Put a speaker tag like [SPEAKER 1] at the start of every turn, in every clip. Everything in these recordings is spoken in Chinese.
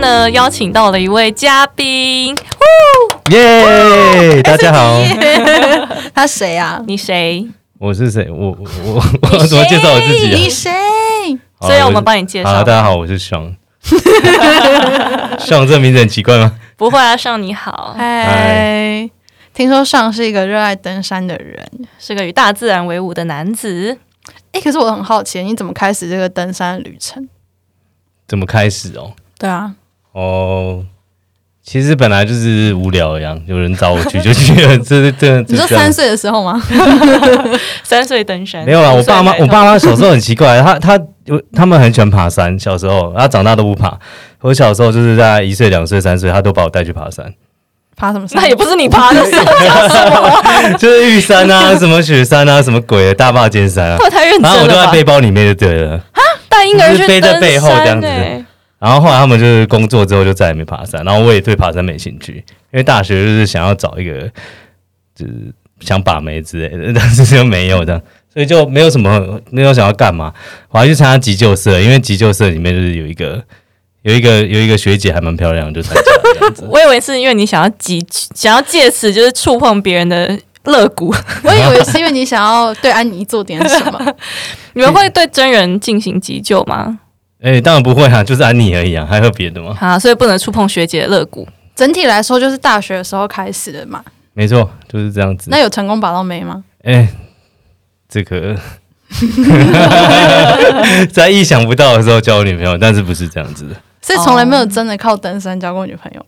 [SPEAKER 1] 呢邀请到了一位嘉宾，
[SPEAKER 2] 耶！大家好，
[SPEAKER 3] 他谁啊？
[SPEAKER 1] 你谁？
[SPEAKER 2] 我是谁？我我我我要怎么介绍我自
[SPEAKER 3] 你
[SPEAKER 2] 己
[SPEAKER 3] 谁？
[SPEAKER 2] 啊？
[SPEAKER 1] 所以我们帮你介
[SPEAKER 2] 好，
[SPEAKER 1] 绍。
[SPEAKER 2] 大家好，我是 Sean。Sean 这名字很奇怪吗？
[SPEAKER 1] 不会啊，上你
[SPEAKER 3] 哦
[SPEAKER 1] 好，
[SPEAKER 3] 嗨，听说上是一个热爱登山的人。
[SPEAKER 1] 是个与大自然为伍的男子。
[SPEAKER 3] 哎、可是我很好奇，你怎么开始这个登山旅程？
[SPEAKER 2] 怎么开始哦？
[SPEAKER 3] 对啊，
[SPEAKER 2] 哦，其实本来就是无聊一样，有人找我去就去了，这这这
[SPEAKER 3] 你说
[SPEAKER 2] 这这样
[SPEAKER 3] 三岁的时候 吗？
[SPEAKER 1] 三岁登山，
[SPEAKER 2] 没有啦，我爸妈
[SPEAKER 1] 五岁抬
[SPEAKER 2] 我
[SPEAKER 1] 头
[SPEAKER 2] 爸妈小时候很奇怪，他他他们很喜欢爬山，小时候，他长大都不爬。我小时候就是大概一岁、两岁、三岁，他都把我带去爬山，
[SPEAKER 3] 爬什么山？
[SPEAKER 1] 那也不是你爬的，是
[SPEAKER 2] 就是玉山啊、什么雪山啊、什么鬼的大坝尖山啊，
[SPEAKER 1] 我太 认真
[SPEAKER 2] 然后我就
[SPEAKER 1] 了
[SPEAKER 2] 在
[SPEAKER 1] 吧？
[SPEAKER 2] 背包里面就对了。
[SPEAKER 1] 带婴儿去
[SPEAKER 2] 就是背在背后
[SPEAKER 1] 登山
[SPEAKER 2] 这样子
[SPEAKER 1] 欸
[SPEAKER 2] 然后后来他们就是工作之后就再也没爬山，然后我也对爬山没兴趣，因为大学就是想要找一个就是想把妹之类的，但是就没有这样，所以就没有什么没有想要干嘛。我还去参加急救社，因为急救社里面就是有一个 有一个有一个学姐还蛮漂亮，就参加这样子。
[SPEAKER 1] 我以为是因为你想要挤，想要借此就是触碰别人的肋骨。
[SPEAKER 3] 我以为是因为你想要对安妮做点什 么。
[SPEAKER 1] 你们会对真人进行急救吗？
[SPEAKER 2] 哎、当然不会啊，就是安妮而已啊，还有别的吗？
[SPEAKER 1] 啊，所以不能触碰学姐的肋骨。
[SPEAKER 3] 整体来说，就是大学的时候开始的嘛。
[SPEAKER 2] 没错，就是这样子。
[SPEAKER 3] 那有成功拔到眉吗？
[SPEAKER 2] 哎、这个 在意想不到的时候交女朋友，但是不是这样子的。
[SPEAKER 3] 所以从来没有真的靠登山交过女朋友。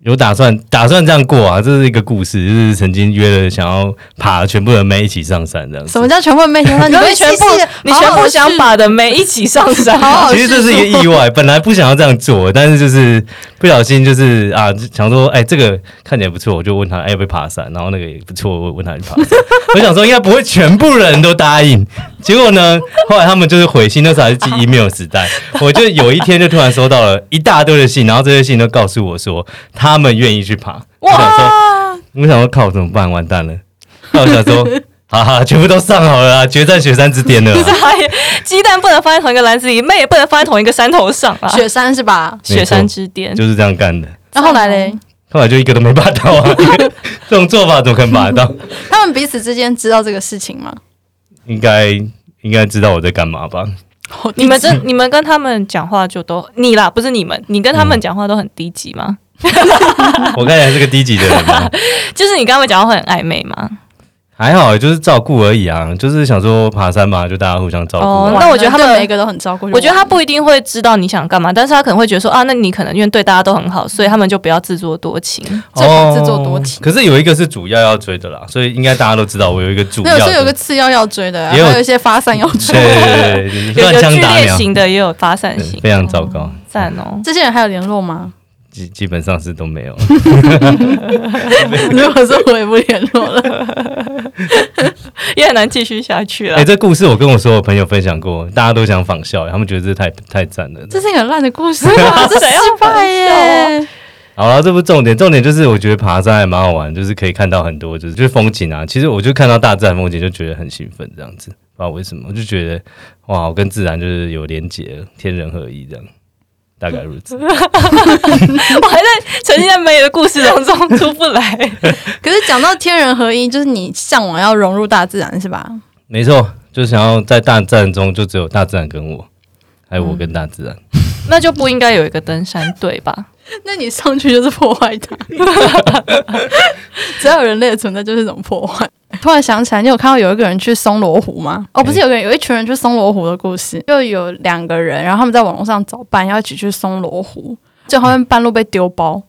[SPEAKER 2] 有打算打算这样过啊？这是一个故事，就是曾经约了想要爬全部的妹一起上山这样
[SPEAKER 3] 什
[SPEAKER 2] 子。
[SPEAKER 3] 么叫全部没 想到？
[SPEAKER 1] 你
[SPEAKER 3] 会
[SPEAKER 1] 全部
[SPEAKER 3] 细细地
[SPEAKER 1] 你
[SPEAKER 3] 好
[SPEAKER 1] 全
[SPEAKER 3] 好
[SPEAKER 1] 部
[SPEAKER 3] 地
[SPEAKER 1] 想
[SPEAKER 3] 去
[SPEAKER 1] 把的妹一起上山，
[SPEAKER 3] 好好
[SPEAKER 2] 其实这是一个意外，本来不想要这样做，但是就是不小心就是啊，想说哎、这个看起来不错，我就问他哎要不要爬山，然后那个也不错，我问他去爬山。我想说应该不会全部人都答应，结果呢，后来他们就是回信，那时候还是寄 email 时代，我就有一天就突然收到了一大堆的信，然后这些信都告诉我说他们愿意去爬。我想说我想说靠，怎么办？完蛋了！那我想说，哈哈，全部都上好了啊，决战雪山之巅 了啊、
[SPEAKER 1] 鸡蛋不能放在同一个篮子里，妹也不能放在同一个山头上啊！
[SPEAKER 3] 雪 山是吧？
[SPEAKER 2] 没错
[SPEAKER 1] 雪山之巅，
[SPEAKER 2] 就是这样干的。
[SPEAKER 3] 那后来嘞？
[SPEAKER 2] 后来就一个都没拔到 啊，因为这种做法怎么可能拔得到？
[SPEAKER 3] 他们彼此之间知道这个事情吗？
[SPEAKER 2] 应该应该知道我在干嘛吧？
[SPEAKER 3] 哦
[SPEAKER 1] 你们
[SPEAKER 2] 嗯
[SPEAKER 1] 这你们跟他们讲话就都你啦，不是你们，你跟他们讲话都很低级吗？
[SPEAKER 2] 我看起来是个低级的人 吗？
[SPEAKER 1] 就是你跟他们讲话会很暧昧吗？
[SPEAKER 2] 还好，就是照顾而已啊，就是想说爬山嘛，就大家互相照顾啊、
[SPEAKER 1] 哦
[SPEAKER 3] 哇
[SPEAKER 1] 那我觉得他们
[SPEAKER 3] 对每一个都很照顾。
[SPEAKER 1] 我觉得他不一定会知道你想干嘛，但是他可能会觉得说啊，那你可能因为对大家都很好，所以他们就不要自作多情。
[SPEAKER 3] 最好自作多情
[SPEAKER 2] 哦可是有一个是主要要追的啦，所以应该大家都知道我有一个主
[SPEAKER 3] 没
[SPEAKER 2] 要
[SPEAKER 3] 有，
[SPEAKER 2] 的。
[SPEAKER 3] 所以有个次要要追的，啊还
[SPEAKER 2] 也有
[SPEAKER 3] 有一些发散要
[SPEAKER 2] 对
[SPEAKER 3] 追。
[SPEAKER 2] 对对对
[SPEAKER 1] 有
[SPEAKER 2] 对，乱
[SPEAKER 1] 有
[SPEAKER 2] 枪
[SPEAKER 1] 剧
[SPEAKER 2] 打
[SPEAKER 1] 烈
[SPEAKER 2] 鸟，
[SPEAKER 1] 型的，也有发散
[SPEAKER 2] 对
[SPEAKER 1] 型，
[SPEAKER 2] 非常糟糕，
[SPEAKER 1] 赞哦。
[SPEAKER 3] 这些人还有联 络吗？
[SPEAKER 2] 基基本上是都没有。
[SPEAKER 3] 如果说我也不联络了，
[SPEAKER 1] 也很难继续下去
[SPEAKER 3] 啊
[SPEAKER 1] 了。
[SPEAKER 2] 哎、这故事我跟我所有朋友分享过，大家都想仿效，他们觉得这太太赞了。
[SPEAKER 3] 这是一个很烂的故事啊，这
[SPEAKER 1] 谁
[SPEAKER 3] 失
[SPEAKER 1] 要
[SPEAKER 3] 败耶！
[SPEAKER 2] 好了，这不是重点，重点就是我觉得爬山还蛮好玩，就是可以看到很多，就是就是风景啊。其实我就看到大自然风景就觉得很兴奋，这样子，不知道为什么，我就觉得哇，我跟自然就是有连结，天人合一这样。大概如此，
[SPEAKER 1] 我 还在沉浸在美的故事当 中出不来。
[SPEAKER 3] 可是讲到天人合一，就是你向往要融入大自然是吧？
[SPEAKER 2] 没错，就想要在大自然中，就只有大自然跟我，还有我跟大自然。
[SPEAKER 1] 那就不应该有一个登山队吧？
[SPEAKER 3] 那你上去就是破坏它，只要有人类的存在就是一种破坏。突然想起来，你有看到有一个人去松罗湖吗？哦，不是，有个人有一群人去松罗湖的故事，就有两个人，然后他们在网络上找伴要一起去松罗湖，就他们半路被丢包，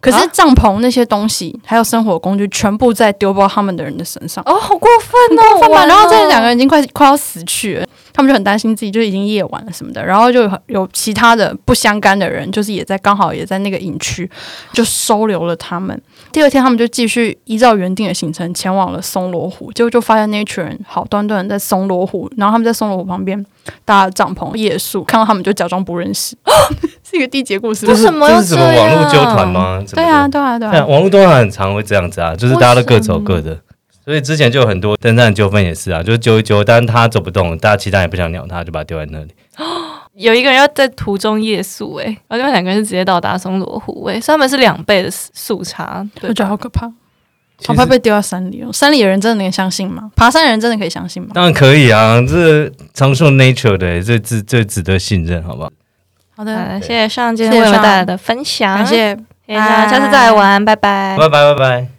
[SPEAKER 3] 可是
[SPEAKER 1] 啊
[SPEAKER 3] 帐篷那些东西还有生活工具全部在丢包他们的人的身上，
[SPEAKER 1] 哦，好过分
[SPEAKER 3] 过分哦吧？然后这两个
[SPEAKER 1] 个
[SPEAKER 3] 人已经快快要死去了，他们就很担心自己，就已经夜晚了什么的。然后就有有其他的不相干的人，就是也在刚好也在那个营区，就收留了他们。第二天，他们就继续依照原定的行程前往了松罗湖，结果就发现那一群人好端端的在松罗湖，然后他们在松罗湖旁边搭了帐篷夜宿，看到他们就假装不认识，是一个地结故事。
[SPEAKER 1] 为什么要
[SPEAKER 2] 这是什么
[SPEAKER 1] 这样
[SPEAKER 2] 网络纠团吗？
[SPEAKER 3] 对啊，对啊，对
[SPEAKER 2] 但
[SPEAKER 3] 啊，
[SPEAKER 2] 网络都很常会这样子啊，就是大家都各走各的。所以之前就有很多登山纠纷也是啊，就是揪一揪，但是他走不动，大家其他人也不想鸟他，就把他丢在那里。
[SPEAKER 1] 有一个人要在途中夜宿、欸，哎，然后另外两个人是直接到达松罗湖、欸，哎，所以他们是两倍的速差，
[SPEAKER 3] 我
[SPEAKER 1] 对，
[SPEAKER 3] 觉得好可怕，
[SPEAKER 2] 其
[SPEAKER 3] 好
[SPEAKER 2] 实
[SPEAKER 3] 怕被丢到山里哦。山里的人真的能相信吗？爬山的人真的可以相信吗？
[SPEAKER 2] 当然可以啊，这长寿 nature 的、这这这值得信任，好不好？
[SPEAKER 3] 好的，
[SPEAKER 1] 呃，谢谢上今
[SPEAKER 3] 谢
[SPEAKER 1] 天
[SPEAKER 3] 谢
[SPEAKER 1] 为我们
[SPEAKER 3] 上
[SPEAKER 1] 带来的分享，哎
[SPEAKER 3] 感谢哎
[SPEAKER 1] 谢谢上，下次再来玩，拜拜
[SPEAKER 2] 拜拜拜拜。